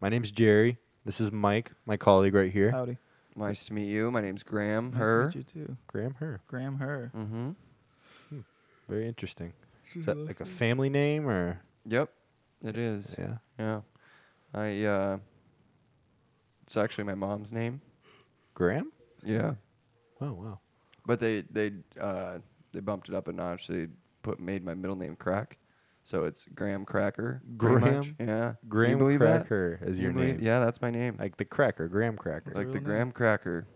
My name's Jerry. This is Mike, my colleague right here. Howdy. Nice to meet you. My name's Graham. Nice to her. meet you too. Graham Her. Graham Her. Mm-hmm. Very interesting. Is that like a family name or? Yep. It is. Yeah. Yeah. I. Uh, it's actually my mom's name. Graham? Yeah. Oh, wow. But they they uh, they bumped it up a notch. They put made my middle name Crack, so it's Graham Cracker. pretty Graham- much. Yeah. Can you Graham believe that? Cracker is Can your you believe- name. Yeah, that's my name. Like the cracker, Graham Cracker. That's like your the real name? Graham Cracker.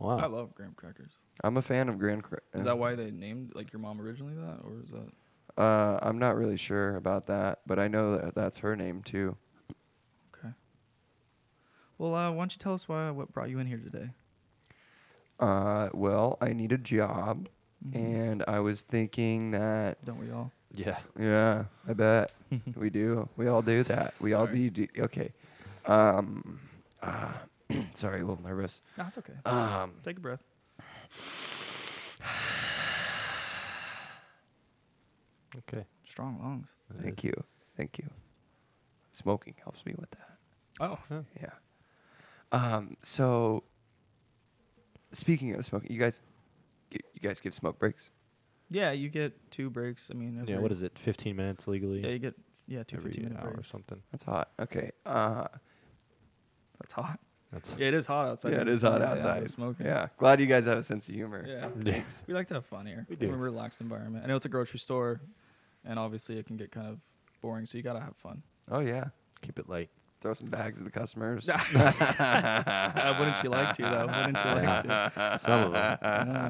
I wow. love graham crackers. I'm a fan of Graham. Cra- Is that why they named like your mom originally that, or is that? Uh, I'm not really sure about that, but I know that that's her name too. Okay. Well, uh, why don't you tell us why what brought you in here today? Uh, well, I need a job, and I was thinking that Mm-hmm. Don't we all? Yeah. Yeah, I bet we do. We all do that. We all do. do okay. Um, uh, sorry, a little nervous. No, it's okay. Um, Take a breath. Okay. Strong lungs. thank you, thank you. Smoking helps me with that. Oh, Yeah. Um. So, speaking of smoking, you guys, y- you guys give smoke breaks. yeah. You get two breaks. I mean, every, Yeah, what is it? 15 minutes legally? Yeah, you get yeah two every 15 minute hour or breaks. something. That's hot. Okay. Uh. That's hot. That's Yeah, it is hot outside. yeah, it It's is hot sunny outside. outside. We're Smoking. Yeah. Glad you guys have a sense of humor. Yeah. Yes. We like to have fun here. We do. We're a relaxed environment. I know it's a grocery store, and obviously it can get kind of boring. So you gotta have fun. Oh yeah. Keep it light. Throw some bags at the customers. Uh, wouldn't you like to though? Wouldn't you like to? Some of them. Yeah.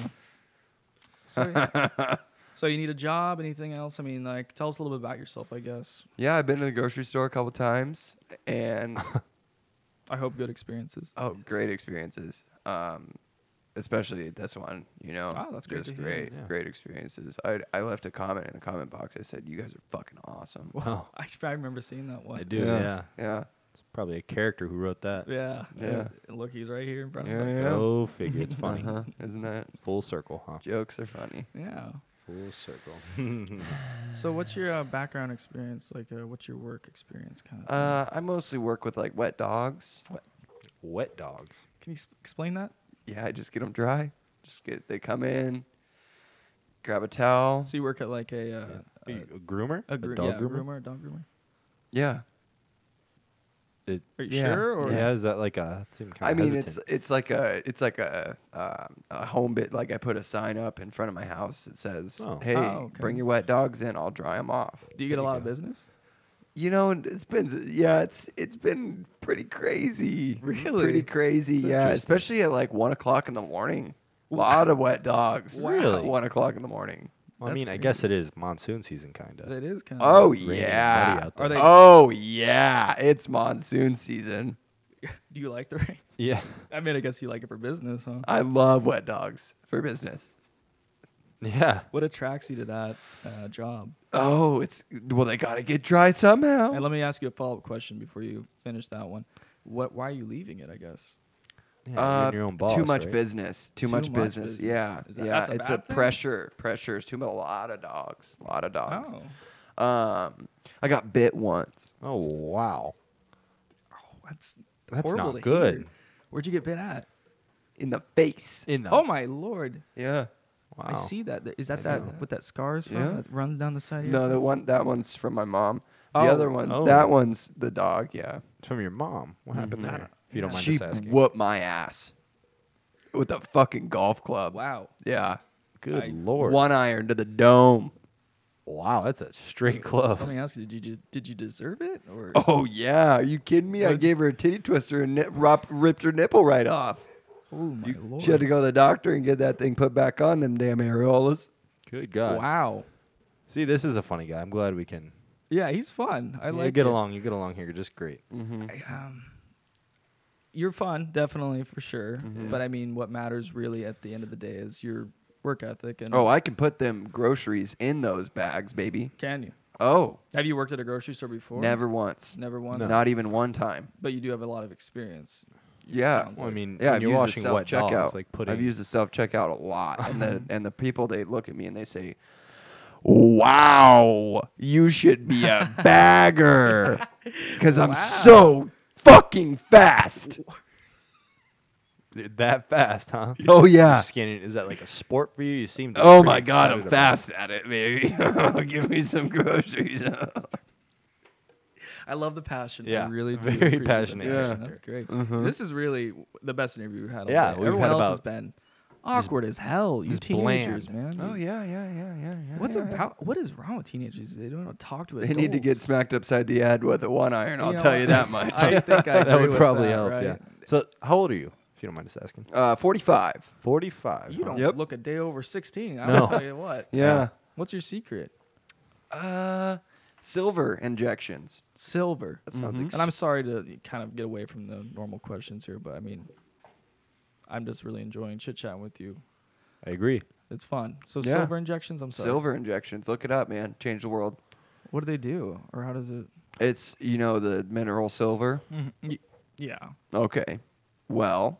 So, yeah. so you need a job? Anything else? I mean, like, tell us a little bit about yourself. I guess. Yeah, I've been to the grocery store a couple times, and I hope good experiences. oh, great experiences. Um, especially this one, you know. Oh, that's great Just to hear, great, yeah. great experiences. I I left a comment in the comment box. I said, "You guys are fucking awesome." Wow. I, I remember seeing that one. I do, yeah. Yeah. It's probably a character who wrote that. Yeah. Yeah. And look, he's right here in front Yeah, of us. yeah. So figure. It's funny. Uh-huh. Isn't that Full circle, huh? jokes are funny? Yeah. Full circle. So, what's your uh, background experience? Like, uh, what's your work experience kind of? thing? Uh, I mostly work with like wet dogs. Wet dogs. Can you s- explain that? Yeah, I just get them dry. Just get they come in, grab a towel. So you work at like a uh, A, uh, a groomer? a, gr- dog yeah, groomer? groomer, a dog groomer. Yeah. It, Are you Yeah. sure? Or yeah, is that like a. it seemed I kinda mean, hesitant. it's it's like a it's like a um, a home bit. Like I put a sign up in front of my house that says, Oh. "Hey, Oh, okay. bring your wet dogs in. I'll dry them off." do you get There a you lot of go. business? You know, and it's been yeah, it's it's been pretty crazy. Really? pretty crazy. That's yeah, interesting. especially at like one o'clock in the morning. A lot of wet dogs. Wow. Really? At one o'clock in the morning. Well, I That's mean, I crazy. guess it is monsoon season, kind of. That is kind of. Oh It's raining and muddy yeah. out Are there. they- Oh yeah. It's monsoon season. Do you like the rain? Yeah. I mean, I guess you like it for business, huh? I love wet dogs for business. Yeah. What attracts you to that uh, job? Oh, it's well, they gotta get dry somehow. And let me ask you a follow up question before you finish that one. What? Why are you leaving it? I guess. yeah you're Uh, in your own boss, too much right? business. Too, much, business. Yeah, Is that- yeah. that's a it's bad a thing? pressure. Pressure. It's too much. A lot of dogs. A lot of dogs. Oh, Um, I got bit once. Oh, wow. Oh, that's That's horrible not to good. hear. Where'd you get bit at? In the face. In the Oh my lord! yeah. wow. I see that. Th- Is that I that know. what that scar is from? Yeah. That runs down the side. of your No, the face? one that one's from my mom. The Oh, other one, oh. that one's the dog. Yeah. It's from your mom. What Mm-hmm. happened Mhm. there? If you don't mind she us asking. whooped my ass with a fucking golf club. Wow. Yeah. Good I- lord. One iron to the dome. Wow, that's a straight Let club. me ask you: Did you did you deserve it or? Oh yeah, are you kidding me? I What'd- gave her a titty twister and nip, rop, ripped her nipple right off. Oh my lord! She had to go to the doctor and get that thing put back on them damn areolas. Good God. Wow. See, this is a funny guy. I'm glad we can. Yeah, he's fun. I you like get it. along. You get along here. Just great. Mm-hmm. I, um, you're fun, definitely for sure. But I mean, what matters really at the end of the day is your work ethic and Oh, I can put them groceries in those bags, baby. can you? Oh, Have you worked at a grocery store before? never once, never once. not even one time. But you do have a lot of experience. it Yeah. sounds Well, I like. mean, Yeah, when I've you're used washing the self wet checkout. dogs, like putting. I've used the self checkout a lot, and the and the people they look at me and they say, "Wow, you should be a bagger," because I'm so fucking fast. That fast, huh? Oh yeah. Scanning is that like a sport for you? You seem. To be Oh pretty my god, I'm excited about fast at it, baby. Give me some groceries. Oh, I love the passion. I Yeah, really do very appreciate the passionate passion. character. That's great. This is really the best interview we've had. All Yeah, day. we've everyone had else about- has been awkward as hell. You just teenagers, bland. man. oh yeah, yeah, yeah, yeah, yeah. What's yeah. about? What is wrong with teenagers? They don't know how to talk to They adults. need to get smacked upside the head with a one iron. You I'll know tell what? you that much. I think I That agree would with probably that, help. right? Yeah. So how old are you? If you don't mind us asking. uh, 45. Forty-five. You huh? don't Yep. look a day over sixteen. I'll No. tell you what. Yeah. What's your secret? Uh, silver injections. Silver. That sounds And I'm sorry to kind of get away from the normal questions here, but I mean, I'm just really enjoying chit chatting with you. I agree. It's fun. So Yeah. silver injections. I'm sorry. Silver injections. Look it up, man. Change the world. What do they do, or how does it? It's, you know, the mineral silver. Mm-hmm. Y- Yeah. Okay. Well,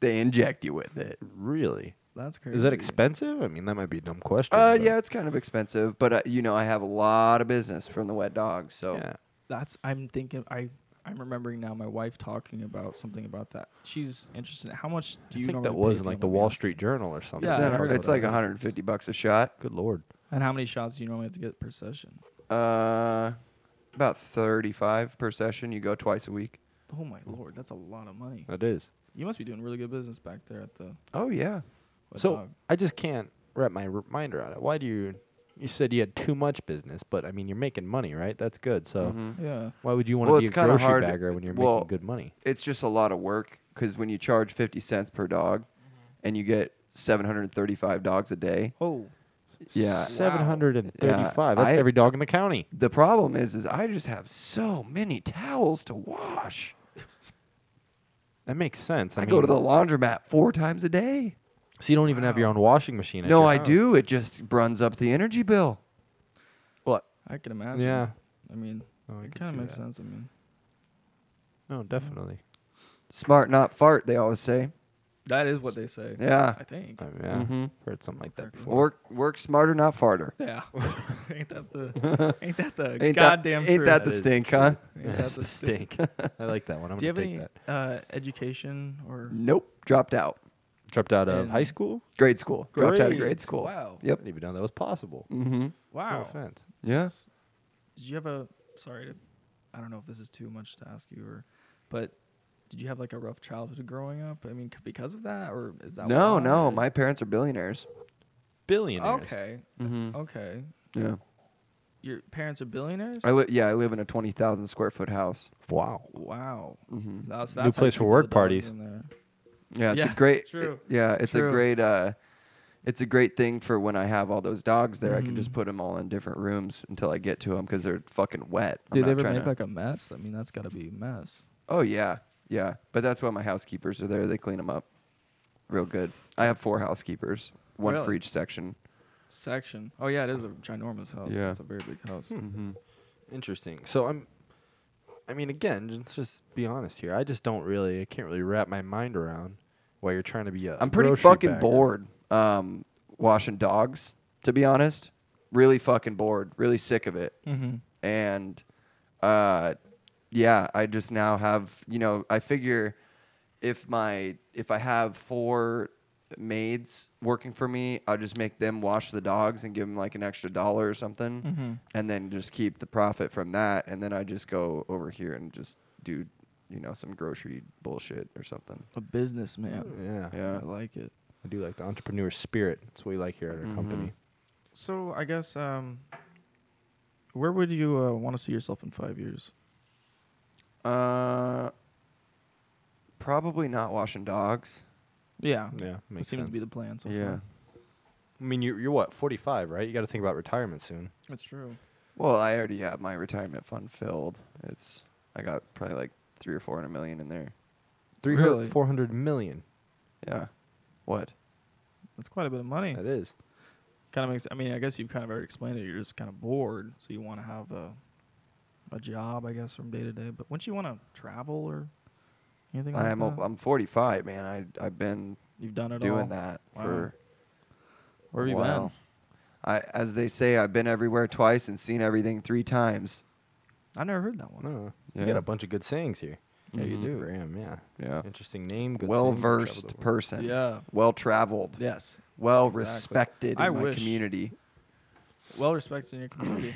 they inject you with it. Really? That's crazy. Is that expensive? I mean, that might be a dumb question. Uh, but- yeah, it's kind of expensive, but, uh, you know, I have a lot of business from the wet dogs, so. Yeah. That's I'm thinking. I I'm remembering now. My wife talking about something about that. She's interested. in How much do you I think normally that was pay in if you like the don't mind me Wall asking? Street Journal or something. It's, Yeah, I not- heard it's about like that. 150 bucks a shot. Good lord. And how many shots do you normally have to get per session? Uh, about 35 per session. You go twice a week. Oh my lord, that's a lot of money. That is. You must be doing really good business back there at the. Oh yeah. Wet so Dog. I just can't wrap my r- mind around it. Why do you? You said you had too much business, but I mean, you're making money, right? That's good. So Mhm. Yeah. why would you want to Well, be a it's kinda grocery hard- bagger when you're well, making good money? It's just a lot of work because when you charge 50 cents per dog, and you get 735 dogs a day. Oh. Yeah. Seven hundred and thirty-five. Yeah, That's I- every dog in the county. The problem is, is I just have so many towels to wash. That makes sense. I, I, go to the mean, laundromat four times a day. So you don't even have your own washing machine. at No, your I house. do. It just runs up the energy bill. What? I can imagine. Yeah. I mean, Oh, I it could kind see of makes that. sense. I mean, No, Mm-hmm. definitely. Smart not fart, they always say. that is what they say. Yeah. I think. I Oh, yeah, Mhm. heard something like that before. Work work smarter, not farter. Yeah. ain't that the? Ain't that the Ain't goddamn that, ain't truth? that the That is stink, true. huh? Ain't that That's the the stink. I like that one. I'm Do you have gonna take any that. uh, education or Nope, dropped out. Dropped out of And- high school. Grade school. Dropped out of grade Grades. school. Wow. I Yep. didn't even know that was possible. Mm-hmm. No Wow. offense. Yeah. Did you have a? Sorry to. I don't know if this is too much to ask you, or, but did you have like a rough childhood growing up? I mean, c- because of that, or is that? No, why, no. or- My parents are billionaires. Billionaires. Okay. Oh. Mm-hmm. Okay. Yeah. Your parents are billionaires. I li- yeah, I live in a twenty thousand square foot house. Wow. wow. Mm-hmm. That's, that's New how you place for keep all work the dogs parties. in there. Yeah, it's Yeah, a great. true. it- yeah, it's True. a great. Uh, it's a great thing for when I have all those dogs there. I can just Mhm. put them all in different rooms until I get to them because they're fucking wet. I'm Do they not ever trying make to- like a mess? I mean, that's got to be a mess. Oh yeah, yeah. But that's why my housekeepers are there. They clean them up, real good. I have four housekeepers, one for Really? each section. Section. Oh yeah, it is a ginormous house. Yeah. It's a very big house. Mm-hmm. Interesting. So I'm. I mean, again, j- let's just be honest here. I just don't really. I can't really wrap my mind around why you're trying to be a. I'm pretty grocery fucking bagger. bored um, washing dogs, to be honest. Really fucking bored. Really sick of it. Mm-hmm. And uh, yeah, I just now have you know I figure if my if I have four maids working for me, I'll just make them wash the dogs and give them like an extra dollar or something, Mhm. and then just keep the profit from that. And then I just go over here and just do you know some grocery bullshit or something. A businessman. Yeah. Yeah. I like it. I do like the entrepreneur spirit. That's what we like here at our Mhm. company. So I guess, um, where would you uh, want to see yourself in five years? Uh, probably not washing dogs. Yeah. Yeah, It makes Mm-hmm. seems to be the sense. plan so far. I mean, you're, you're what 45, right? You got to think about retirement soon. That's true. Well, I already have my retirement fund filled. It's I got probably like three or four hundred million in there. Three Really? four hundred million. Yeah. What? That's quite a bit of money. That is. Kind of makes. I mean, I guess you've kind of already explained it. You're just kind of bored, so you want to have a, a job, I guess, from day to day. But once you want to travel or anything, like I am. that, A, I'm 45, man. I I've been you've done it all. doing that Wow. for Where have you a while. I, as they say, I've been everywhere twice and seen everything three times. been? I've never heard that one. No. You Yeah. Mm-hmm. got a bunch of good sayings here. Yeah, you do. Graham, yeah. Yeah. Interesting name. Good Well saying, travel the versed world. person. Yeah. Well traveled. Yes. Well Exactly. respected I in my wish- community. Well respected in your community.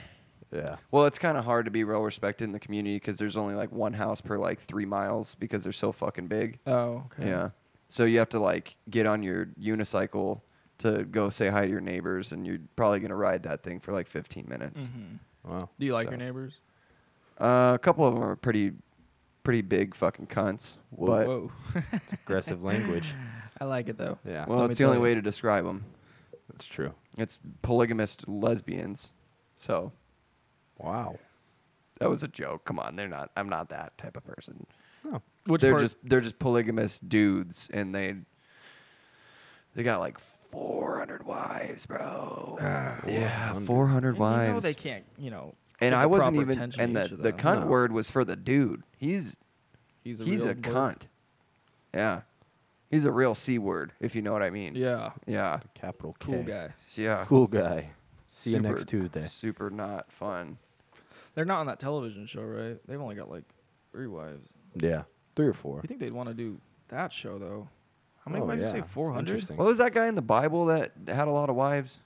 Yeah. Well, it's kind of hard to be well respected in the community because there's only like one house per like three miles because they're so fucking big. oh, okay. Yeah. So you have to like get on your unicycle to go say hi to your neighbors, and you're probably gonna ride that thing for like 15 minutes. hmm Wow. Do you like So- your neighbors? Mm-hmm. Uh, a couple of them are pretty, pretty big fucking cunts. But Whoa. Aggressive language. I like it though. Yeah. well, Let me it's the only tell you. way to describe them. that's true. It's polygamist lesbians. So Wow. that was a joke. Come on, they're not. I'm not that type of person. Oh. Which they're part- just they're just polygamous dudes, and they they got like 400 wives, bro. Ah, yeah, 400. 400 and wives. You know they can't. You know. and put I the wasn't proper even. attention And to the each of the them. cunt No. word was for the dude. He's He's a, he's real a bird. cunt. Yeah, he's a real c word if you know what I mean. Yeah. Yeah. Capital K. Cool guy. Yeah. Cool guy. See you Super- next Tuesday. Super not fun. They're not on that television show, right? They've only got like three wives. Yeah. Three or four. You think they'd want to do that show though? How many Oh, wives? yeah. You say It's four hundred. interesting. What was that guy in the Bible that had a lot of wives?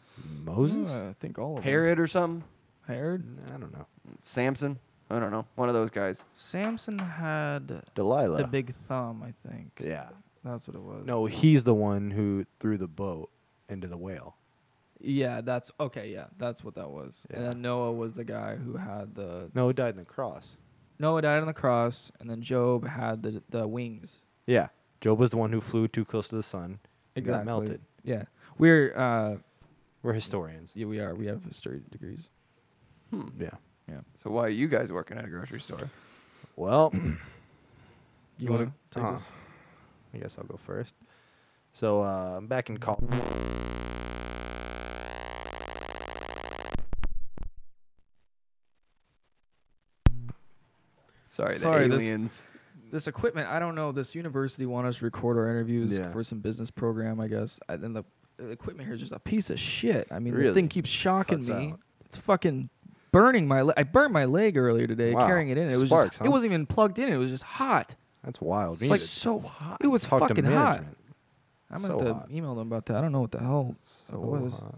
Moses? I think all of Herod or something? them. Herod. I don't know. Samson? I don't know. One of those guys. Samson had Delilah. the big thumb, I think. Yeah. That's what it was. No, he's the one who threw the boat into the whale. Yeah, that's okay. Yeah, that's what that was. And Yeah. then Noah was the guy who had the No, he died on the cross. Noah died on the cross, and then Job had the the wings. Yeah. Job was the one who flew too close to the sun. and Got Exactly. melted. Yeah, we're uh, We're historians. yeah, we are. We have history degrees. Hmm. Yeah. Yeah. So why are you guys working at a grocery store? Well, You, You want to wanna- take uh, this? I guess I'll go first. So uh, I'm back in college. Sorry, the Sorry, this- aliens. This equipment, I don't know. This university want us to record our interviews Yeah. for some business program, I guess. And then the, the equipment here is just a piece of shit. I mean, the Really? thing keeps shocking Cuts me. out. It's fucking burning my. Le- I burned my leg earlier today Wow. carrying it in. It was Sparks, just. huh? It wasn't even plugged in. It was just hot. That's wild. We like need to so hot. It was talk to fucking hot. management. I'm gonna So have to hot. email them about that. I don't know what the hell. So what was- hot.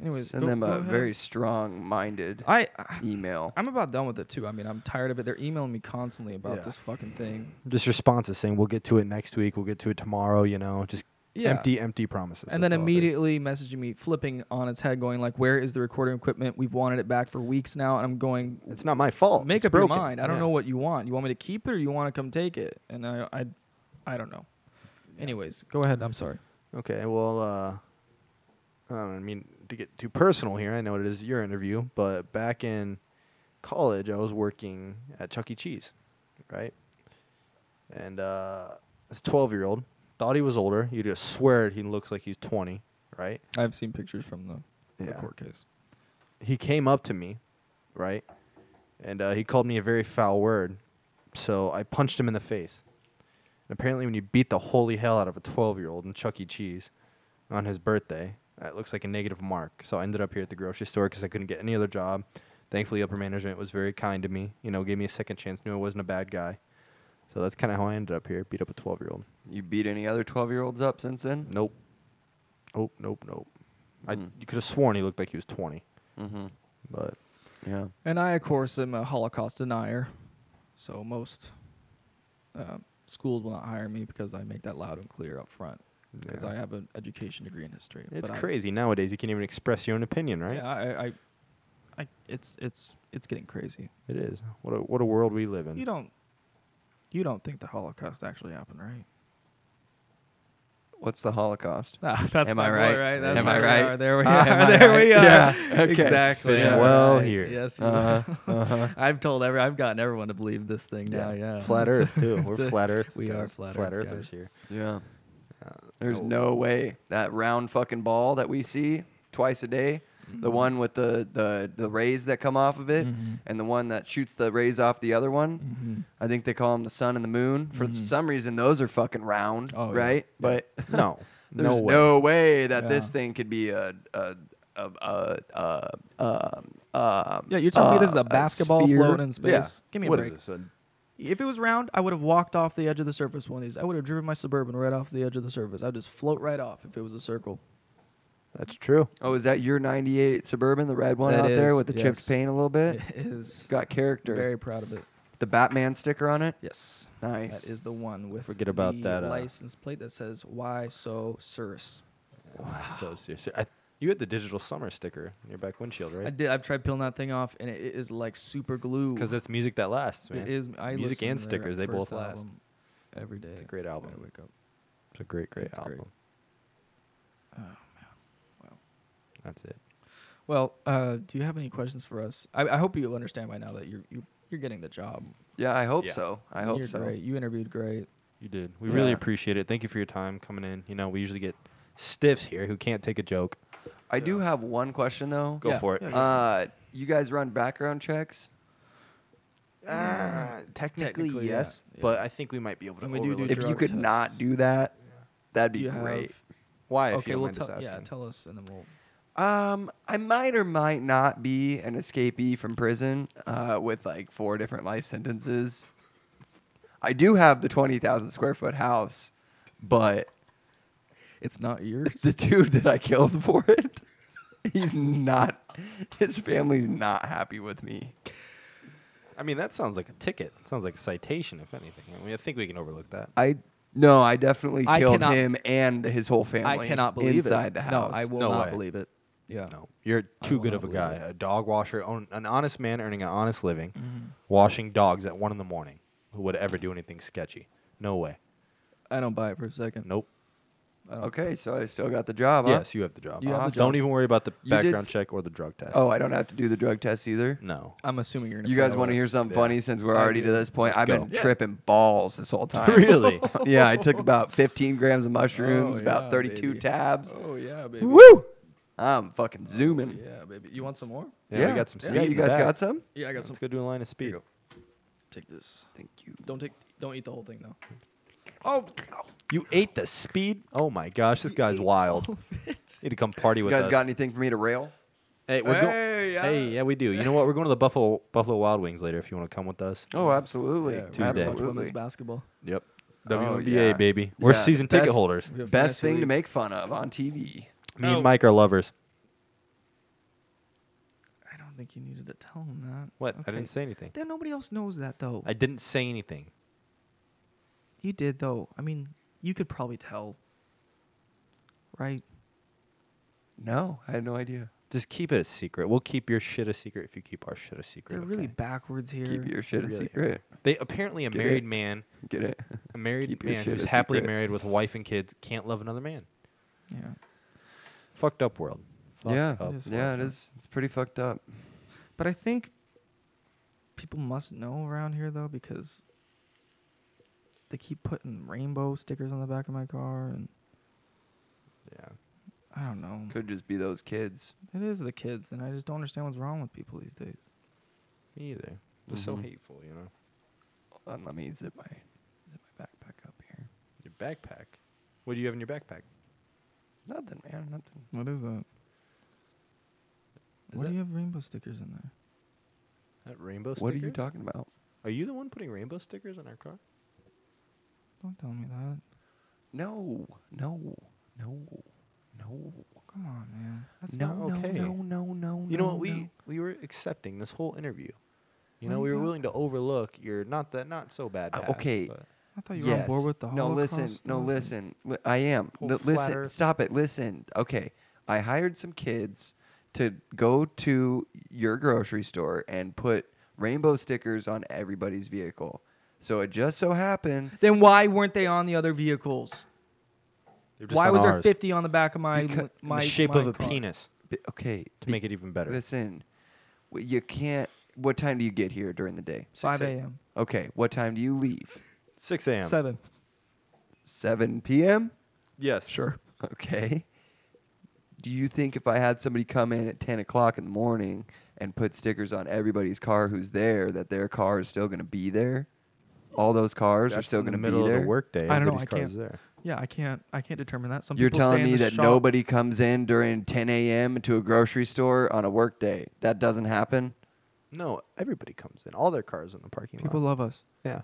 Anyways, Send go- them go a ahead. very strong-minded I I- email. I'm about done with it too. I mean, I'm tired of it. They're emailing me constantly about Yeah. this fucking thing. uh, Just responses saying we'll get to it next week. We'll get to it tomorrow. You know, just Yeah. empty, empty promises. and then that's all it is. immediately messaging me, flipping on its head, going like, "Where is the recording equipment? We've wanted it back for weeks now." And I'm going, It's not my fault. "Make It's up broken. your mind. I don't Yeah. know what you want. You want me to keep it or you want to come take it?" And I, I, I don't know. Anyways, go ahead. I'm sorry. Okay, well, uh, I don't mean to get too personal here. I know it is your interview, but back in college, I was working at Chuck E. Cheese, right? And uh, this 12 year old thought he was older. You just swear he looks like he's 20, right? I've seen pictures from the, the Yeah. court case. he came up to me, right? And uh, he called me a very foul word. So I punched him in the face. And apparently, when you beat the holy hell out of a 12 year old in Chuck E. Cheese on his birthday, that looks like a negative mark. So I ended up here at the grocery store because I couldn't get any other job. Thankfully, upper management was very kind to me, you know, gave me a second chance, knew I wasn't a bad guy. So that's kind of how I ended up here, beat up a 12 year old. You beat any other 12-year-olds up since then? Nope. Oh, nope, nope. I, Mm. you could have sworn he looked like he was 20, Mm-hmm. but Yeah. And I, of course, am a Holocaust denier, so most uh, schools will not hire me because I make that loud and clear up front because yeah. I have an education degree in history. It's But I- crazy nowadays. You can't even express your own opinion, right? Yeah, I, I, I, it's it's it's getting crazy. It is. What a what a world we live in. You don't, you don't think the Holocaust actually happened, right? What's the Holocaust? Ah, that's Am not I more right? right. That's Am not I more right? right. There we Ah, am are. I There we right? are. Yeah, okay. Exactly. Fitting yeah, well right. here. Yes. you are. Uh-huh. uh-huh. I've told every. I've gotten everyone to believe this thing now. Yeah. Flat It's- Earth too. it's We're a- flat Earth. we are guys. flat flat Earth Earthers guys. here. Yeah. Uh, There's no way that round fucking ball that we see twice a day, the Mm-hmm. one with the, the, the rays that come off of it, Mhm. and the one that shoots the rays off the other one. Mhm. I think they call them the sun and the moon. For Mhm. some reason, those are fucking round, Oh, yeah. right? Yeah. But no. there's no no way, way. that this Yeah. thing could be a a a a, a um, um, Yeah, you're telling me this is uh, a basketball sphere? floating in space? Yeah. Give me a What break. is this? A If it was round, I would have walked off the edge of the surface one of these. I would have driven my suburban right off the edge of the surface. I'd just float right off if it was a circle. That's true. Oh, is that your '98 Suburban, the red one That out there is, with the yes. chipped paint a little bit? It is. Got character. Very proud of it. The Batman sticker on it. Yes. Nice. That is the one with Forget about the that, uh, license plate that says "Why so serious?" So serious. I, you had the digital summer sticker in your back windshield, I right? did. I've tried peeling that thing off, and it, it is like super glue. Because it's music that lasts, man. it is. I Music listen and to their stickers, they first both last. album Every day. It's a great album. when I wake up. It's a great, great It's great. album. Oh man. That's it. Well, uh, do you have any questions for us? I, I hope you understand by now that you're you're, you're getting the job. yeah, I hope Yeah. so. I And hope you're so. Great. You interviewed great. You did. We really Yeah. appreciate it. Thank you for your time coming in. You know, we usually get stiffs here who can't take a joke. I do have one question though. Go Yeah, for it. yeah, Uh, you guys run background checks? technically, Technically, yeah. yes, Yeah. Uh, but I think we might be able to And we do do overlook The if it. you drug could not tests. do that, that'd be You have- great. Why, if okay. you don't Well, mind us tell, yeah. asking. Tell us, and then we'll. Um, I might or might not be an escapee from prison uh, with like four different life sentences. I do have the 20,000 square foot house, but It's not yours. the dude that I killed for it, he's not, his family's not happy with me. I mean, that sounds like a ticket. sounds like a citation, if anything. I mean, I think we can overlook that. I, no, I definitely I killed cannot- him and his whole family I cannot believe inside it. the No, house. I will No not way. believe it. Yeah. No, you're I too will good not of a believe guy. it. A dog washer, own, an honest man earning an honest living, washing dogs at one in the morning. Who would ever do anything sketchy? No way. I don't buy it for a second. Nope. I don't- Okay, so I still got the Uh-huh. job. Huh? Yes, you have the job. You have the Awesome. job. Don't even worry about the You did background s- check or the drug test. Oh, I don't have to do the drug test either. no. I'm assuming you're. gonna You guys fail want to it. hear something Yeah. funny since we're I already do. to this point? I've been go. Yeah. tripping balls this whole time. Really? yeah, I took about 15 grams of mushrooms, Oh, about yeah, 32 baby. tabs. Oh yeah, baby. Woo! I'm fucking zooming. Yeah, baby. You want some more? Yeah, we got some Yeah, speed. in you the guys back. got some? Yeah, I got some. Let's go do a line of speed. Here Take this. Thank you. Don't take. Don't eat the whole thing though. Oh, You ate the speed? Oh my gosh, this guy's wild. Need to come party you with guys us. got anything for me to rail? hey, we're go- Hey, yeah. hey, yeah, we do. You know what? We're going to the Buffalo Buffalo Wild Wings later if you want to come with us. Oh, absolutely. Yeah, Tuesday. Watch women's Absolutely. basketball. Yep. Oh, WNBA, yeah. baby. We're Yeah, season ticket best- holders. We have fantasy Best thing to league. make fun of on TV. Me Oh. and Mike are lovers. I don't think you needed to tell him that. What? I Okay. didn't say anything. Then nobody else knows that though. I didn't say anything. you did though. I mean, you could probably tell. Right. No, I had no idea. Just keep it a secret. We'll keep your shit a secret if you keep our shit a secret. They're really okay? backwards here. Keep your shit a Really. secret. They apparently a Get married it. man, Get it? a married Keep your man shit who's a happily secret. married with a wife and kids can't love another man. yeah. Fucked up world. Fucked yeah, up. It is yeah, it fucked up. is. It's pretty fucked up. But I think people must know around here though because they keep putting rainbow stickers on the back of my car and Yeah. I don't know. Could just be those kids. It is the kids and I just don't understand what's wrong with people these days. Me either. Just so Mm-hmm. Mhm. hateful, you know. Hold on, let me zip my zip my backpack up here. Your backpack. What do you have in your backpack? Nothing, man. Nothing. What is that? Is Why that- do you have rainbow stickers in there? That rainbow stickers? What are you talking about? Are you the one putting rainbow stickers on our car? Don't tell me that. No, no, no, no. Come on, man. That's no, not okay. No, no, no, Oh, no. You know what? no. We we were accepting this whole interview. You Why know, you we were got- willing to overlook your not that not so bad. Uh, Past, okay. but- I thought you were on board with the no, listen, Holocaust no, stuff. listen. Li- I am. Whole Li- flat listen, earth. stop it. Listen. Okay, I hired some kids to go to your grocery store and put rainbow stickers on everybody's vehicle. So it just so happened Then why weren't they on the other vehicles? They're just Why on was there ours. 50 on the back of my Becau- in the in my the shape my of a car? penis Be- okay to be- make it even better? listen w- you can't what time do you get here during the day 5 6 a.m. a.m. okay what time do you leave Six a.m. 7. 7 p.m Yes. Sure. okay do you think if i had somebody come in at 10 o'clock in the morning and put stickers on everybody's car who's there that their car is still going to be there all those cars are That's still in going the to be middle there of the workday. I don't know, everybody's I car can't- is there. Yeah, I can't. I can't determine that. Some you're people stay telling in me the that shop. nobody comes in during 10 a.m to a grocery store on a work day that doesn't happen No, everybody comes in. All their cars in the parking People lot. love us. yeah.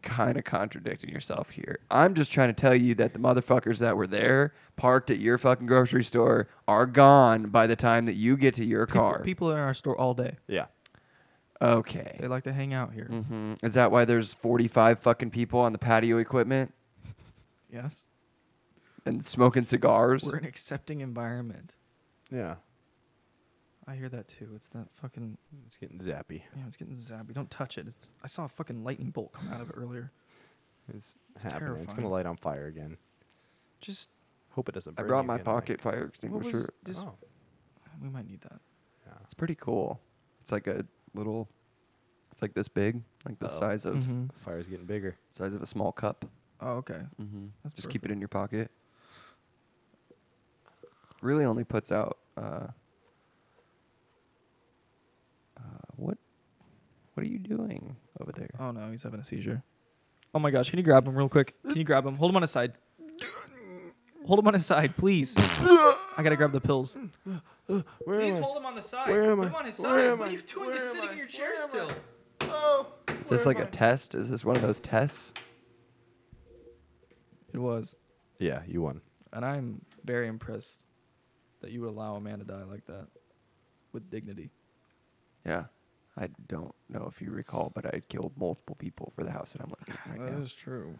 kind of contradicting yourself here. I'm just trying to tell you that the motherfuckers that were there parked at your fucking grocery store are gone by the time that you get to your People- car. People are in our store all day. Yeah. Okay. They like to hang out here. hmm Is that why there's 45 fucking people on the patio equipment Yes. and smoking cigars? We're an accepting environment. Yeah. I hear that too. It's that fucking. It's getting zappy. Yeah, it's getting zappy. Don't touch it. It's, I saw a fucking lightning bolt come out of it earlier. It's, It's happening. It's gonna terrifying. light on fire again. Just Hope it doesn't. I burn brought you my again, Mike. pocket fire what extinguisher. was? Just, Oh. We might need that. Yeah. It's pretty cool. It's like a little. It's like this big, like the Uh-oh. size of Mhm. The fire's getting bigger. size of a small cup. Oh, okay. Mm-hmm. That's Just keep it in your pocket. Really only puts out uh, uh, what? What are you doing over there? Oh no, he's having a seizure. Oh my gosh! Can you grab him real quick? Can you grab him? Hold him on his side. Hold him on his side, please. I gotta grab the pills. Where Please am I? hold him on the side. Where am Put I? him on his Where side. am what I? are you doing? Where You're am sitting I? in your chair Where am I? still. Oh, Is this like a test? Is this one of those tests? It was, Yeah, you won. and I'm very impressed that you would allow a man to die like that with dignity. Yeah. I don't know if you recall, but I killed multiple people for the house that I'm living in right That now. is true.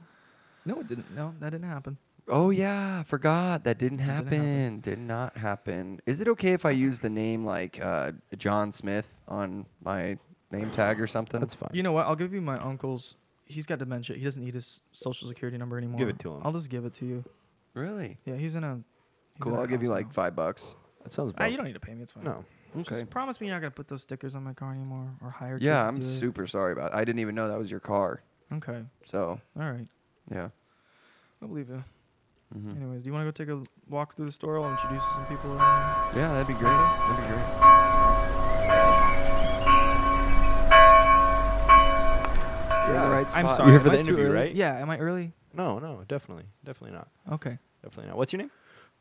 No, it didn't. No, that didn't happen. Oh yeah, I forgot that didn't That happen. didn't happen. Did not happen. Is it okay if I use the name like uh, John Smith on my name tag or something? That's fine. You know what? I'll give you my uncle's. He's got dementia. He doesn't need his social security number anymore. Give it to him. I'll just give it to you. really Yeah, he's in a. he's cool. in a I'll give you house like now. five bucks. that sounds. Ah, bad. you don't need to pay me. It's fine. No. Just Okay. promise me you're not gonna put those stickers on my car anymore or hire. kids Yeah, to I'm do it. super sorry about. It. I didn't even know that was your car. Okay. So All right. yeah. I believe you. hmm Anyways, do you want to go take a walk through the store? I'll introduce you to some people. around Yeah, that'd be great. That'd be great. You're in the Yeah. right I'm spot. sorry. You're here for am the I too interview, early? right? Yeah. Am I early? No, no, definitely, definitely not. Okay. Definitely not. What's your name?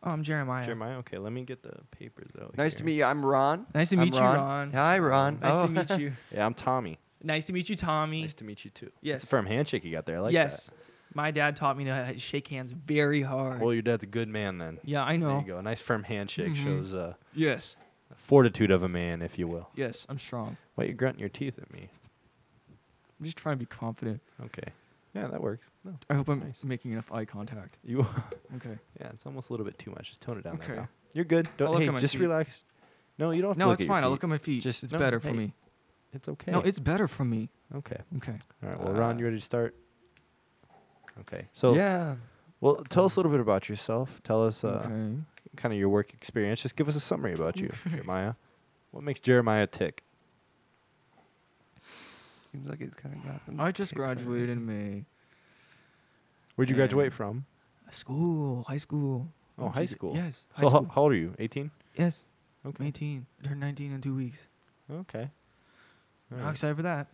Oh, I'm Jeremiah. Jeremiah. Okay, let me get the papers out. Nice here. to meet you. I'm Ron. Nice to I'm meet you, Ron. Hi, Ron. Nice Oh. to meet you. Yeah, I'm Tommy. Nice to meet you, Tommy. Nice to meet you too. Yes. It's a firm handshake you got there. I like yes. My dad taught me to ha- shake hands very that. hard. Well, your dad's a good man then. yeah, I There know. you go. A nice firm handshake Mhm. shows uh, Yes. fortitude of a man, if you will. Yes, I'm strong. Why you grunting your teeth at me? I'm just trying to be confident. Okay. Yeah, that works. No, I hope that's I'm nice. making enough eye contact. You. Okay. yeah, it's almost a little bit too much. Just tone it down. Okay. There now. You're good. I'll Don't. look Hey, at my just feet. relax. No, you don't. Have No, to it's look at your fine. I'll feet. look at my feet. Just- it's no, better for hey. me. It's okay. No, it's better for me. okay. Okay. All right. Well, Ron, Uh, you ready to start? Okay. So yeah. Well, tell us a little bit about yourself. Tell us uh, okay. kind of your work experience. Just give us a summary about you, Jeremiah. What makes Jeremiah tick? Seems like he's kind of got some I just ticks already. graduated in May. Where'd you graduate Yeah. from? School, high school. Oh, high school. Yes. High So how, school. how old are you? 18? yes. Okay. I'm 18. Turned 19 in two weeks. Okay. All Not right. excited for that.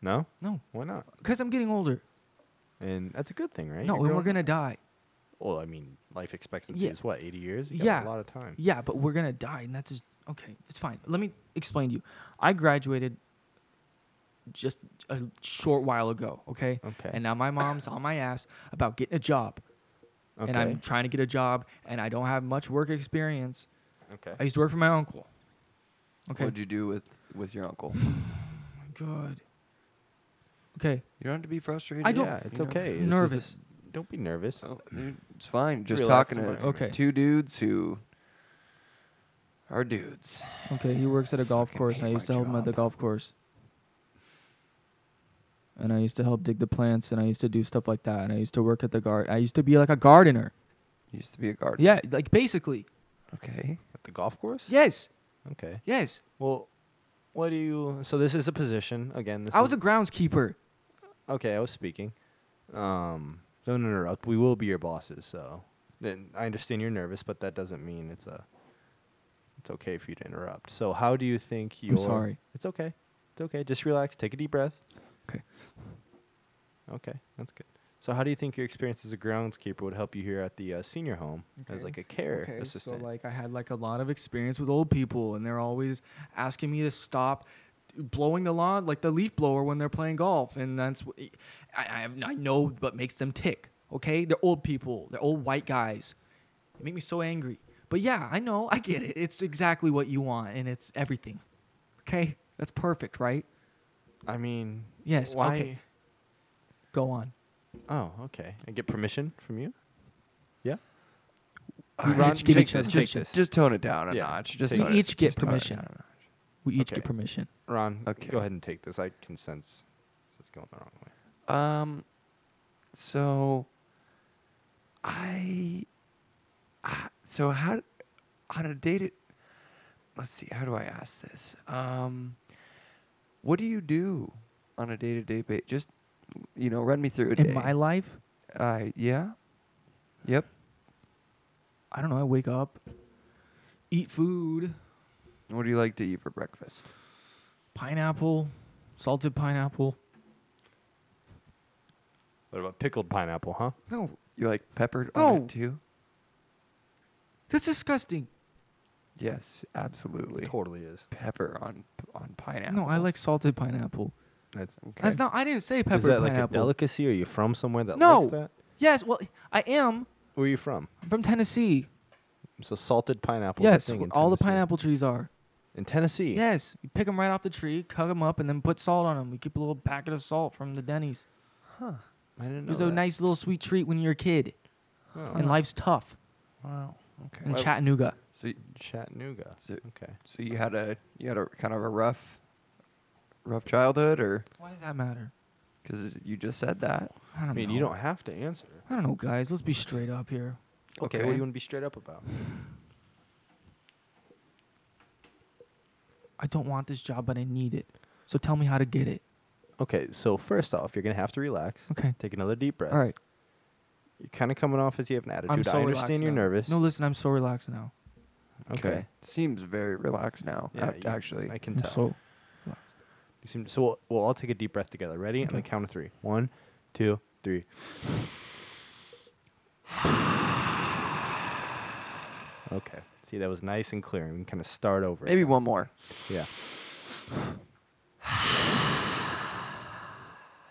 No? No, Why not? because I'm getting older. And that's a good thing, right? no, You're and we're growing gonna die. up. Well, I mean, life expectancy Yeah. is what, 80 years? You got A Yeah. lot of time. Yeah, but we're gonna die, and that's just okay. It's fine. Let me explain to you. I graduated just a short while ago. Okay. Okay. And now my mom's on my ass about getting a job, okay. and I'm trying to get a job, and I don't have much work experience. okay. I used to work for my uncle. Okay. What'd you do with with your uncle? Good. Okay. You don't have to be frustrated. I don't- yeah, it's you know, okay. This is the- nervous. don't be nervous. Oh, dude, it's fine. Just Relax talking to environment. Okay. two dudes who are dudes. Okay, he works at a golf Fucking course, and I hate used to my help him at the job. golf course. And I used to help dig the plants, and I used to do stuff like that. And I used to work at the garden. I used to be like a gardener. Used to be a gardener. Yeah, like basically. Okay. At the golf course? Yes, Okay. yes. Well, what do you. So this is a position. Again, this I is was a groundskeeper. Okay, I was speaking. Um, don't interrupt. We will be your bosses, so then I understand you're nervous, but that doesn't mean it's a. It's okay for you to interrupt. So how do you think your? I'm sorry. It's okay. It's okay. Just relax. Take a deep breath. Okay. Okay, that's good. So how do you think your experience as a groundskeeper would help you here at the uh, senior home as Okay. like a care okay, assistant? so like I had like a lot of experience with old people, and they're always asking me to stop blowing the lawn like the leaf blower when they're playing golf, and that's wh- I I, have- I know what makes them tick. Okay, they're old people, they're old white guys. They make me so angry. But yeah, I know, I get it. It's exactly what you want, and it's everything. Okay, that's perfect, right? I mean, Yes, Why? okay. Go on. Oh, okay. I get permission from you. Yeah. Ron, Rich, give take it- this, take just, this. just tone it down a Yeah, notch. Just take tone it. it- Each get just tone it permission. down a notch. We each Okay. get permission. Ron, Okay. go ahead and take this. I can sense this is going the wrong way. Um, so I, I so how on a date it, let's see, how do I ask this? Um, what do you do on a day to day basis? Just you know, run me through a day. In my life, uh, yeah, yep. I don't know. I wake up, eat food, What do you like to eat for breakfast? pineapple, salted pineapple. What about pickled pineapple, huh? No, You like peppered on No. it too? that's disgusting. Yes, absolutely. Totally is. Pepper on on pineapple. No, I like salted pineapple. That's Okay. That's not. I didn't say peppered is that like a pineapple. delicacy? Are you from somewhere that No. likes that? yes, well, I am. Where are you from? I'm from Tennessee. So salted pineapple. yes, thing in all the Tennessee. pineapple trees are. in Tennessee. Yes, you pick them right off the tree, cut them up, and then put salt on them. You keep a little packet of salt from the Denny's. I didn't It know. was a that. nice little sweet treat when you're a kid, Oh. and life's tough Wow. Okay. in Chattanooga. so y- Chattanooga. so Okay. So you had a you had a kind of a rough, rough childhood, or Why does that matter? because you just said that. I don't I mean, know. you don't have to answer. I don't know, guys. Let's be straight up here. Okay. What do you want to be straight up about? I don't want this job, but I need it. So tell me how to get it. Okay. So first off, you're gonna have to relax. Okay. Take another deep breath. All right. You're kind of coming off as you have an attitude. I'm so I relaxed understand you're now. nervous. No, listen, I'm so relaxed now. okay. Seems very relaxed now. Yeah, act- you- actually. I can I'm tell. so You seem so we'll, we'll all take a deep breath together. Ready? On the Okay. count of three. One, two, three. Okay. See, that was nice and clear. We can kind of start over. Maybe again. one more. Yeah.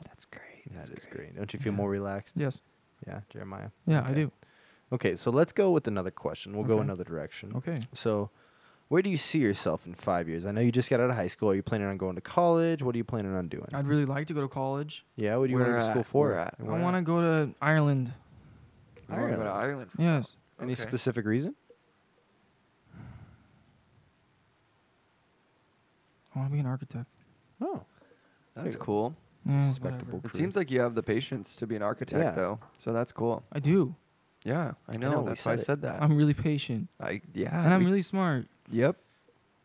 That's great. That is great. Don't you feel more relaxed? yes. Yeah, Jeremiah. Yeah, I Okay. do. Okay, so let's go with another question. We'll go Okay. another direction. Okay. So, where do you see yourself in five years? I know you just got out of high school. Are you planning on going to college? What are you planning on doing? I'd really like to go to college. yeah, what do you want to Where go to school at? for? Where at? And I where want to at? go to Ireland. We wanna go to Ireland. Ireland. for- Yes. Any Okay. specific reason? I want to be an architect. Oh, That's Yeah. cool. Yeah, Respectable. whatever. It seems like you have the patience to be an architect, Yeah. though. So that's cool. I do. Yeah, I know. know, we that's why I said it. said that. I'm really patient. I yeah. And I'm we- really smart. Yep.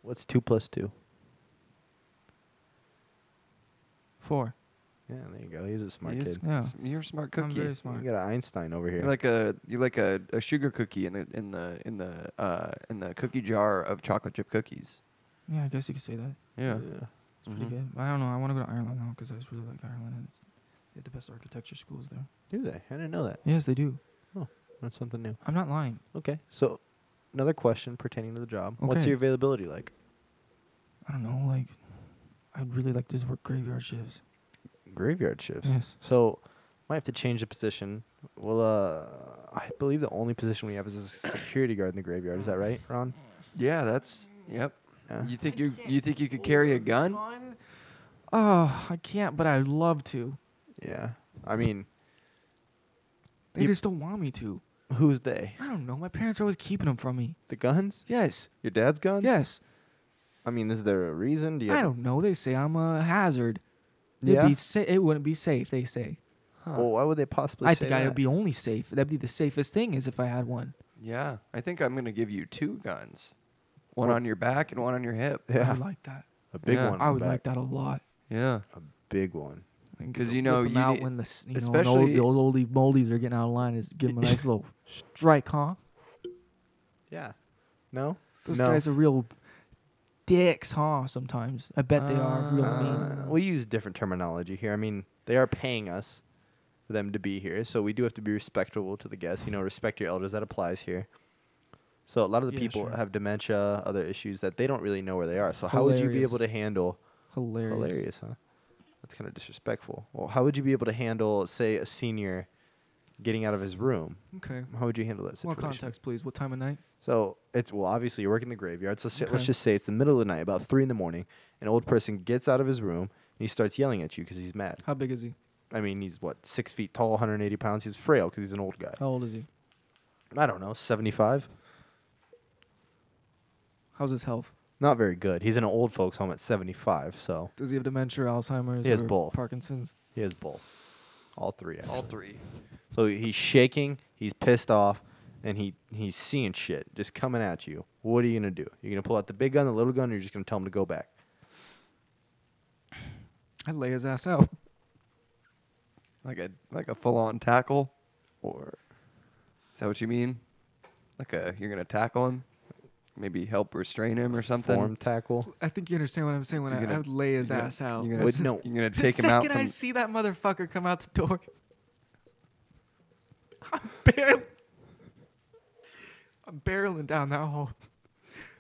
what's two plus two? Four. Yeah, there you go. He's a smart He is- kid. Yeah. s- You're a smart I'm cookie. very You smart. got an Einstein over here. You're like a you like a, a sugar cookie in the in the in the uh, in the cookie jar of chocolate chip cookies. Yeah, I guess you could say that. Yeah. It's pretty Mhm. Mm-hmm. good. But I don't know. I want to go to Ireland now because I just really like Ireland. And it's, they have the best architecture schools there. Do they? I didn't know that. Yes, they do. That's something new. I'm not lying. Okay, so another question pertaining to the job. What's Okay. your availability like? I don't know. Like, I'd really like to just work graveyard shifts. Graveyard shifts. Yes. So might have to change the position. Well, uh, I believe the only position we have is a security guard in the graveyard. Is that right, Ron? Yeah, that's yep. Uh-huh. Yeah. You think you you think you could carry a gun? Oh, I can't, but I'd love to. Yeah. I mean, They You- just don't want me to. who's they? I don't know. My parents are always keeping them from me. The guns? Yes. Your dad's guns? Yes. I mean, is there a reason? Do you I have- don't know. They say I'm a hazard. It'd Yeah. Be sa- it wouldn't be safe. They say. Oh, Well, why would they possibly? I say think I'd that? be only safe. That'd be the safest thing is if I had one. Yeah, I think I'm gonna give you two guns, one What- on your back and one on your hip. I Yeah. would like that. A big Yeah. one. I on would the like back. that a lot. Yeah, A big one. And because you whip know 'em you out need- when the s- you know, an old, especially- the old oldie moldies are getting out of line is give them a nice little strike, huh? Yeah. No. Those no. guys are real dicks, huh? Sometimes I bet they are real mean. Uh, we use different terminology here. I mean, they are paying us for them to be here, so we do have to be respectful to the guests. You know, respect your elders. That applies here. So a lot of the Yeah, people sure. have dementia, other issues that they don't really know where they are. So how would you be able Hilarious. to handle Hilarious. Hilarious, huh? That's kind of disrespectful. Well, how would you be able to handle, say, a senior getting out of his room? Okay. How would you handle that More situation? context, please. What time of night? So it's well, obviously you work in the graveyard. So say, Okay. let's just say it's the middle of the night, about three in the morning. An old person gets out of his room and he starts yelling at you because he's mad. How big is he? I mean, he's what six feet tall, 180 pounds. He's frail because he's an old guy. How old is he? I don't know, 75. How's his health? Not very good. He's in an old folks' home at 75, so Does he have dementia, Alzheimer's, He has or both. Parkinson's? he has both, all three. Actually. All three. So he's shaking, he's pissed off, and he he's seeing shit just coming at you. What are you gonna do? You're gonna pull out the big gun, the little gun, or you're just gonna tell him to go back? I'd lay his ass out. Like a like a full on tackle. Or Is that what you mean? Like a you're gonna tackle him, maybe help restrain him or something. form tackle? I think you understand what I'm saying when You're I, I gonna- would lay his you're gonna- ass out. You're gonna, Wait, no. you're gonna the take him out. second I From, see that motherfucker come out the door, I'm barreling, I'm barreling down that hole.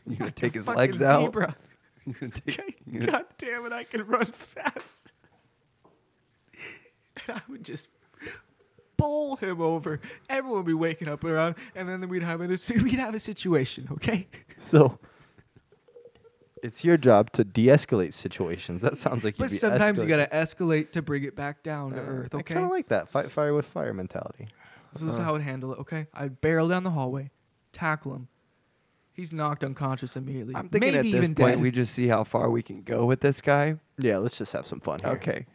you're gonna take his Fucking legs out. zebra. You're gonna take, you're gonna- God damn it, I can run fast. And I would just bowl him over. Everyone would be waking up around, and then we'd have a we'd have a situation, okay? So it's your job to de-escalate situations. That sounds like you. But sometimes you gotta escalate to bring it back down Uh, to earth, I okay? kind of like that fight fire with fire mentality. so this is how I'd handle it, okay? I'd barrel down the hallway, tackle him. He's knocked unconscious immediately. I'm thinking Maybe at this even point dead. we just see how far we can go with this guy. Yeah, let's just have some fun here. Okay.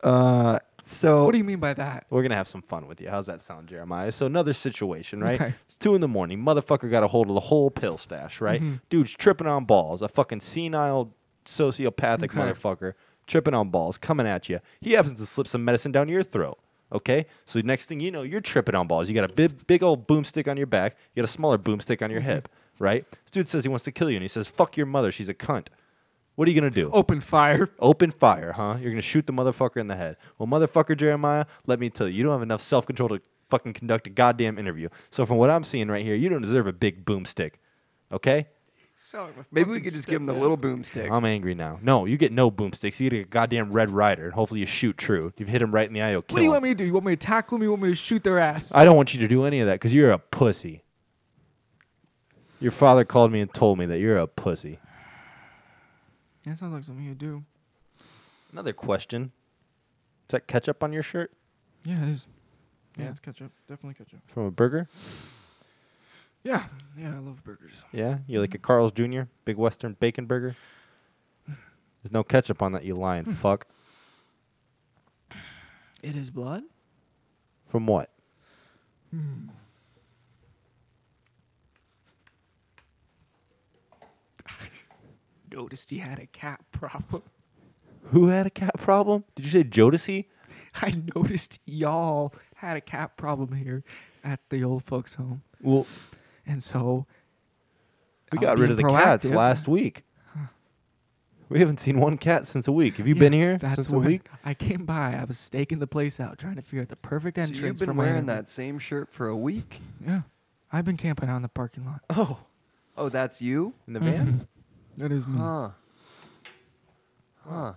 Uh, so what do you mean by that? We're gonna have some fun with you. How's that sound, Jeremiah? So another situation, right? Okay. It's two in the morning. Motherfucker got a hold of the whole pill stash, right? Mm-hmm. Dude's tripping on balls. A fucking senile sociopathic Okay. motherfucker tripping on balls, coming at you. He happens to slip some medicine down your throat. Okay, so next thing you know, you're tripping on balls. You got a big, big old boomstick on your back. You got a smaller boomstick on your Mm-hmm. hip, right? This dude says he wants to kill you, and he says, "Fuck your mother. She's a cunt." What are you gonna do? Open fire. Open fire, huh? You're gonna shoot the motherfucker in the head. Well, motherfucker Jeremiah, let me tell you, you don't have enough self control to fucking conduct a goddamn interview. So from what I'm seeing right here, you don't deserve a big boomstick. Okay? So I'm a maybe we fucking could just give him the step little boomstick. I'm angry now. No, you get no boomsticks. You get a goddamn red rider, and hopefully you shoot true. You've hit him right in the eye. You'll kill What do you him. want me to do? You want me to tackle them? You want me to shoot their ass? I don't want you to do any of that because you're a pussy. Your father called me and told me that you're a pussy. That sounds like something you do. Another question. Is that ketchup on your shirt Yeah, it is. Yeah, Yeah. it's ketchup. Definitely ketchup. from a burger? Yeah, yeah, I love burgers. Yeah, you Mm-hmm. like a Carl's Jr. Big Western Bacon Burger. There's no ketchup on that, you Mm. lying fuck. It is blood. From what? Noticed he had a cat problem. Who had a cat problem? Did you say Jodeci? I noticed y'all had a cat problem here at the old folks' home, Well, and so we I'm got rid being of the cats proactive. last week. We haven't seen one cat since a week. Have you been Yeah, here that's since a when week? I came by. I was staking the place out, trying to figure out the perfect So entrance. you've for been my wearing interview. that same shirt for a week. Yeah, I've been camping out in the parking lot. Oh, Oh, that's you. in the Mm-hmm. van? That is me. Huh. Huh.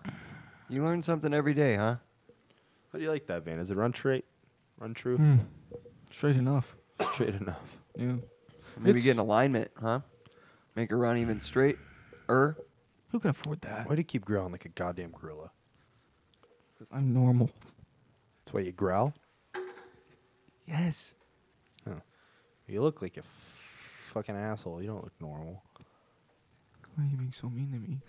You learn something every day, huh? How do you like that van? Is it run straight? Run true? Hmm. Straight enough. Straight enough. Yeah. Maybe It's- get an alignment, huh? Make her run even straight. Er. Who can afford that? Why do you keep growling like a goddamn gorilla? Because I'm normal. That's why you growl? Yes. You look like a fucking asshole. You don't look normal. Why are you being so mean to me?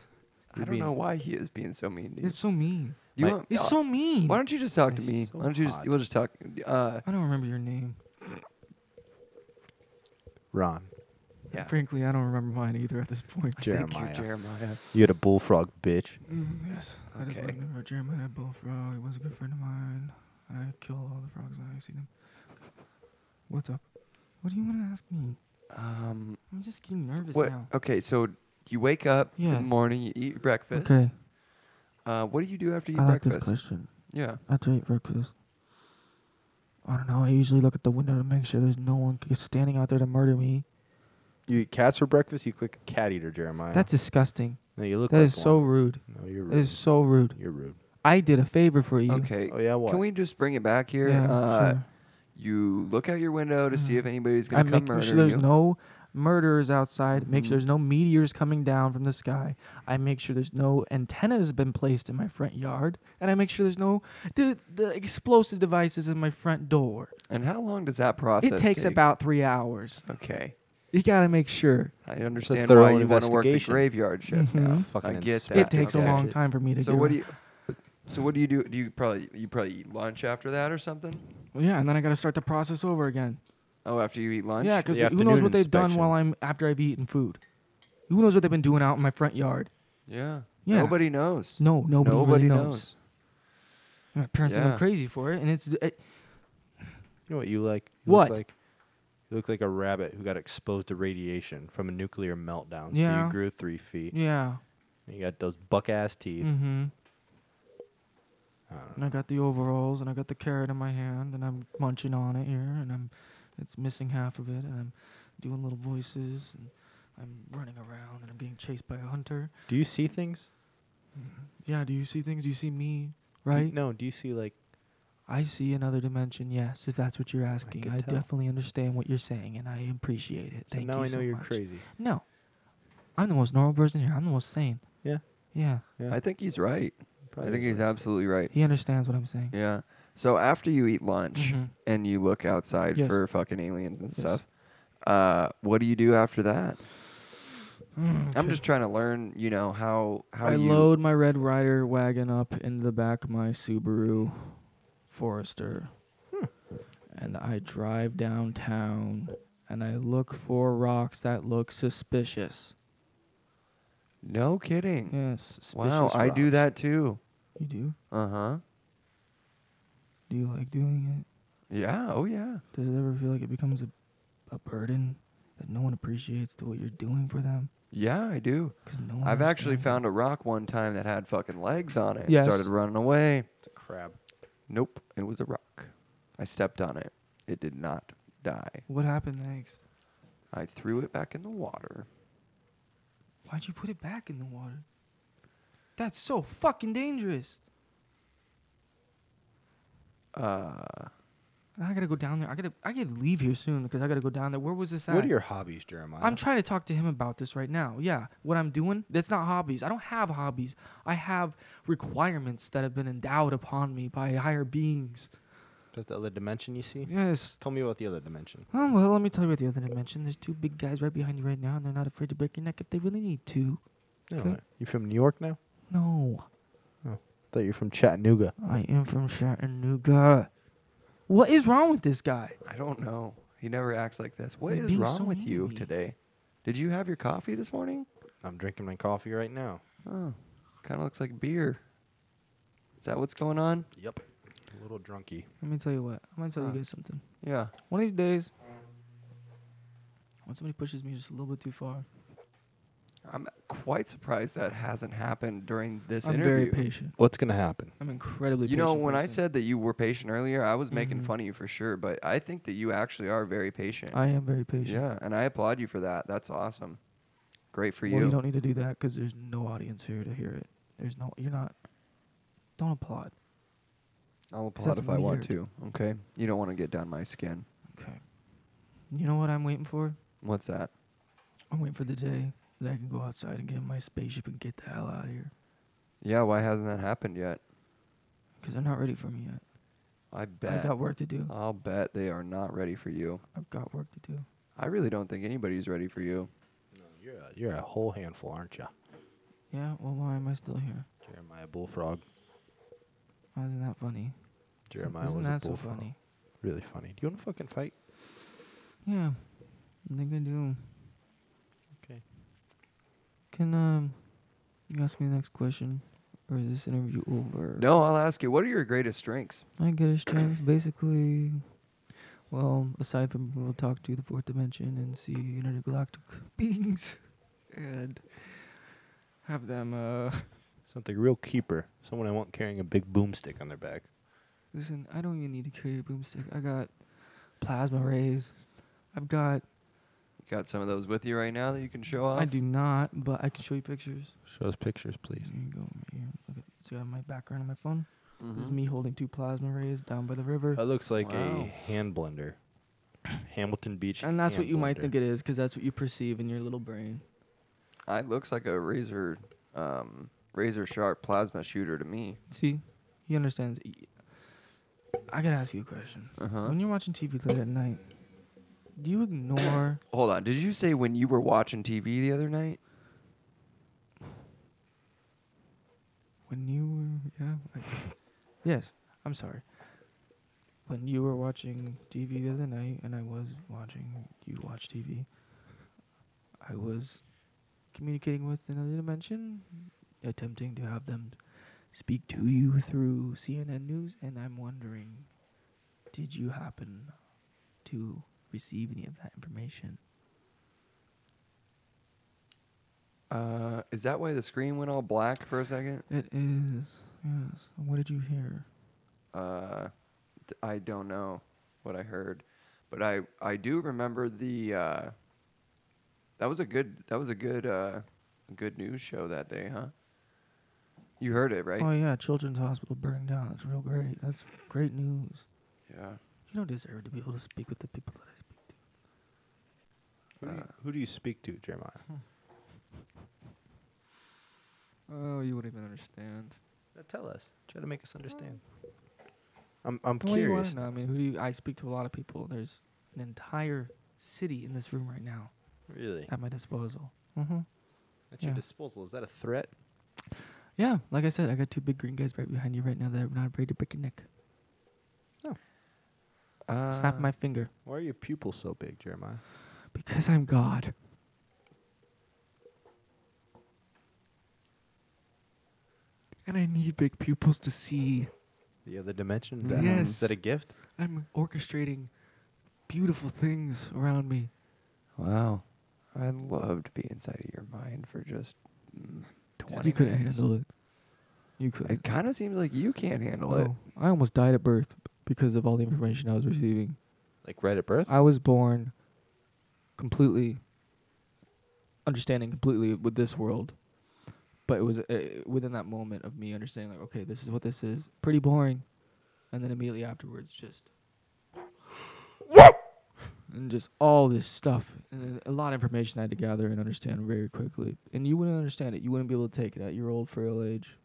I You don't mean- know why he is being so mean to you. It's so mean. Do you My- want- It's uh, so mean. Why don't you just talk to It's me? so why don't you just? odd. We'll just talk. Uh, I don't remember your name. Ron, yeah. Frankly, I don't remember mine either at this point. Jer- Thank Jeremiah. you, Jeremiah. you had a bullfrog, bitch. Mm, yes. I just Okay. remember Jeremiah Bullfrog. He was a good friend of mine. And I kill all the frogs when I see them. What's up? What do you want to ask me? Um. I'm just getting nervous What? now. Okay. So you wake up in Yeah. the morning. You eat your breakfast. Uh, what do you do after you eat I like this breakfast? question. yeah. After I eat breakfast. I don't know. I usually look at the window to make sure there's no one c- standing out there to murder me. You eat cats for breakfast. You click a cat eater, Jeremiah. That's disgusting. No, you look. That like is so one. rude. No, you're That rude. is so rude. You're rude. I did a favor for you. Okay. Oh yeah, what? Can we just bring it back here? Yeah, uh, sure. You look out your window to see if anybody's gonna I'm come making murder sure there's you. no murderers outside. Make Mhm. sure there's no meteors coming down from the sky. I make sure there's no antennas been placed in my front yard, and I make sure there's no the, the explosive devices in my front door. and how long does that process? it takes take? about three hours. Okay. You gotta make sure. I understand thorough why you want to work the investigation. graveyard shift Mhm. now. Fucking I get Yeah, it that. takes okay. a long Shit. time for me to. So get what do around. you? So what do you do? Do you probably you probably eat lunch after that or something? Well, yeah, and then I gotta start the process over again. Oh, after you eat lunch. Yeah, because The who knows afternoon what they've done inspection. while I'm after I've eaten food. Who knows what they've been doing out in my front yard? Yeah. Yeah. Nobody knows. No, nobody, Nobody really knows. knows. My parents have Yeah. went crazy for it, and it's it, You know what you like? You What? Look like, you look like a rabbit who got exposed to radiation from a nuclear meltdown. So Yeah. you grew three feet. yeah. and You got those buck ass teeth. Mm-hmm. I don't And I got the overalls, and I got the carrot in my hand, and I'm munching on it here, and I'm it's missing half of it, and I'm doing little voices, and I'm running around, and I'm being chased by a hunter. Do you see things? Yeah, do you see things? Do you see me? Do you- Right? no. Do you see like? I see another dimension. Yes, if that's what you're asking, could I, tell. definitely understand what you're saying, and I appreciate it. so Thank now you I know so you're much. crazy. No, I'm the most normal person here. I'm the most sane. Yeah. Yeah, Yeah. I think he's right. I think he's absolutely right. he understands what I'm saying. Yeah. So after you eat lunch Mhm. and you look outside Yes. for fucking aliens and stuff, uh, what do you do after that? Mm, I'm okay. just trying to learn, you know, how how I you load my Red Rider wagon up into the back of my Subaru Forester. Hmm. And I drive downtown and I look for rocks that look suspicious. No kidding. Yes. Wow, Suspicious I do rocks. that too. You do? Uh huh. Do you like doing Yeah. Oh yeah. it? Does it ever feel like it becomes a, a burden that no one appreciates the, what you're doing for them? Yeah, I do. Because no one I've actually understands. found a rock one time that had fucking legs on it. and Yes. Started running away. It's a crab. Nope, it was a rock. I stepped on it. It did not die. What happened next? I threw it back in the water. Why'd you put it back in the water? That's so fucking dangerous. Uh, I gotta go down there. I gotta I gotta leave here soon because I gotta go down there. Where was this at? What are your hobbies, Jeremiah? I'm trying to talk to him about this right now. Yeah, what I'm doing, that's not hobbies. I don't have hobbies. I have requirements that have been endowed upon me by higher beings. That's the other dimension you see. Yes. Tell me about the other dimension. Oh, well, let me tell you about the other dimension. There's two big guys right behind you right now, and they're not afraid to break your neck if they really need to. No, Okay. you from New York now? No, thought you're from Chattanooga. I am from Chattanooga. What is wrong with this guy? I don't know. He never acts like this. What He's is being wrong so with you needy. today? Did you have your coffee this morning? I'm drinking my coffee right now. Oh, kind of looks like beer. Is that what's going on? Yep. A little drunky. Let me tell you what. I'm gonna tell Huh. you guys something. Yeah. One of these days, when somebody pushes me just a little bit too far, I'm quite surprised that hasn't happened during this I'm interview. very patient. What's gonna happen? I'm incredibly You patient. know, when I person. said that you were patient earlier, I was making Mhm. fun of you for sure, but I think that you actually are very patient. I am very patient. Yeah, and I applaud you for that. That's awesome. Great for well, you. you don't need to do that because there's no audience here to hear it. There's no, you're not. Don't applaud. I'll 'cause applaud that's if I want to. Okay. You don't want to get down my skin. Okay. You know what I'm waiting for? What's that? I'm waiting for the day that I can go outside and get in my spaceship and get the hell out of here. Yeah, why hasn't that happened yet? Because they're not ready for me yet. I bet. I got work to do. I'll bet they are not ready for you. I've got work to do. I really don't think anybody's ready for you. You're a, you're a whole handful, aren't you, Yeah. Well, why am I still here? Jeremiah Bullfrog? Why isn't that funny? Jeremiah isn't was that a so bullfrog. funny? Really funny. Do you want to fucking fight? Yeah. I think I do. Okay. Can um, you ask me the next question, or is this interview over? No, I'll ask you. What are your greatest strengths? My greatest strengths, basically, well, aside from being able to talk to the fourth dimension and see intergalactic beings, and have them uh, Something real keeper. Someone I want carrying a big boomstick on their back. listen. I don't even need to carry a boomstick. I got plasma rays. I've got You got some of those with you right now that you can show off? I do not, but I can show you pictures. Show us pictures, please. Here you go. right here. Look at, see, I have my background on my phone. This is Mhm. me holding two plasma rays down by the river. That looks like Wow. a hand blender. Hamilton Beach. and that's what hand you might blender. think it is, because that's what you perceive in your little brain. I looks like a razor, um, razor sharp plasma shooter to me. See, he understands. E- I gotta ask you a question. Uh huh. When you're watching TV late at night, do you ignore? Hold on. Did you say when you were watching TV the other night? When you were, yeah, like, yes, I'm sorry. When you were watching TV the other night, and I was watching you watch TV, I was communicating with another dimension, attempting to have them speak to you through CNN news, and I'm wondering, did you happen to receive any of that information? Uh, is that why the screen went all black for a second? It is yes. And What did you hear? Uh, d- I don't know what I heard, but I I do remember the. Uh, that was a good. That was a good. Uh, good news show that day, huh? You heard it, right? Oh yeah, Children's Hospital burning down. That's real great. That's great news. yeah. You don't deserve to be able to speak with the people that I speak to. Who do, you, Uh, who do you speak to, Jeremiah? Hmm. Oh, you wouldn't even understand. tell us. Try to make us understand. I'm I'm Well, you wanna curious. know, I mean, who do you, I speak to a lot of people. There's an entire city in this room right now Really? at my disposal. Mm-hmm. At your yeah. disposal. Is that a threat? Yeah, like I said, I got two big green guys right behind you right now that are not afraid to break your neck. Uh, Snap my finger Why are your pupils so big, Jeremiah? because I'm God. And I need big pupils to see. The other dimension? Is that- that, Yes. is that a gift? I'm orchestrating beautiful things around me. Wow. I love to be inside of your mind for just mm, 20 You couldn't minutes. handle it. You couldn't. It kind of seems like you can't handle it. No, I almost died at birth b- because of all the information I was receiving. Like right at birth? I was born completely understanding completely with this world, but it was uh, within that moment of me understanding, like, okay, this is what this is. Pretty boring, and then immediately afterwards, just and just all this stuff and then a lot of information I had to gather and understand very quickly. And you wouldn't understand it. You wouldn't be able to take it at your old frail age.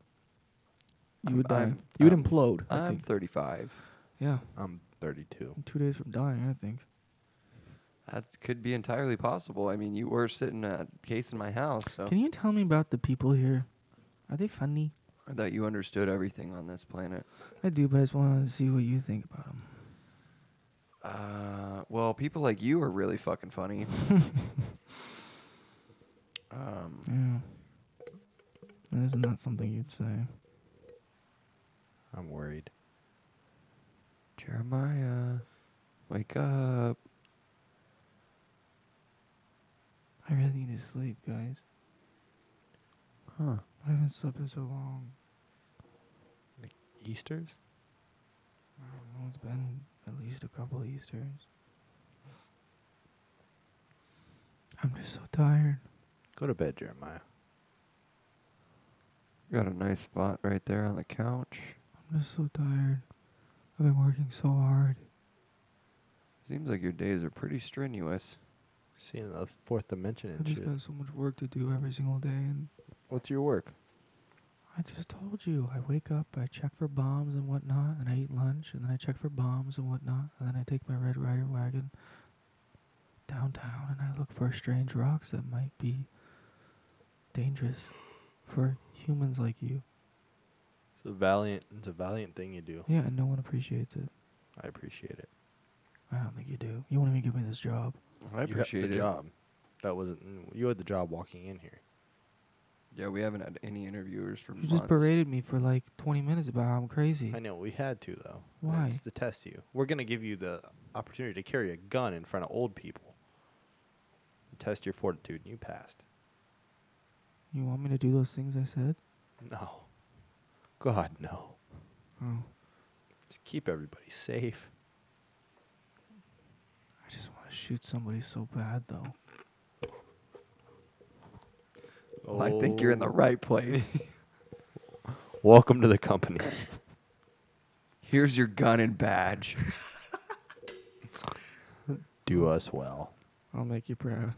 You I'm- would die. I'm- you would I'm- implode. I I'm think. 35. Yeah, I'm 32. I'm two days from dying, I think. That could be entirely possible. I mean, you were sitting a case in my house, so Can you tell me about the people here? Are they funny? I thought you understood everything on this planet. I do, but I just wanted to see what you think about them. Uh, well, people like you are really fucking funny. um, Yeah. That is not something you'd say. I'm worried. Jeremiah, wake up. I really need to sleep, guys. Huh. I haven't slept in so long. Easter's? I don't know, it's been at least a couple of Easters. I'm just so tired. Go to bed, Jeremiah. Got a nice spot right there on the couch. I'm just so tired. I've been working so hard. Seems like your days are pretty strenuous. Seeing the fourth dimension I and just shit. got so much work to do every single day, and What's your work? I just told you. I wake up, I check for bombs and whatnot, and I eat lunch, and then I check for bombs and whatnot, and then I take my Red Rider wagon downtown and I look for strange rocks that might be dangerous for humans like you. It's a valiant it's a valiant thing you do. Yeah, and no one appreciates it. I appreciate it. I don't think you do. You won't even give me this job. I appreciate you had it. the job. That wasn't you had the job walking in here. Yeah, we haven't had any interviewers for You months. just berated me for like 20 minutes about how I'm crazy. I know we had to though. Why? It's to test you. We're gonna give you the opportunity to carry a gun in front of old people. Test your fortitude, and you passed. You want me to do those things I said? No. God no. Oh. Just keep everybody safe. I just want to shoot somebody so bad, though. I think you're in the right place. Welcome to the company. Here's your gun and badge. Do us well. I'll make you proud.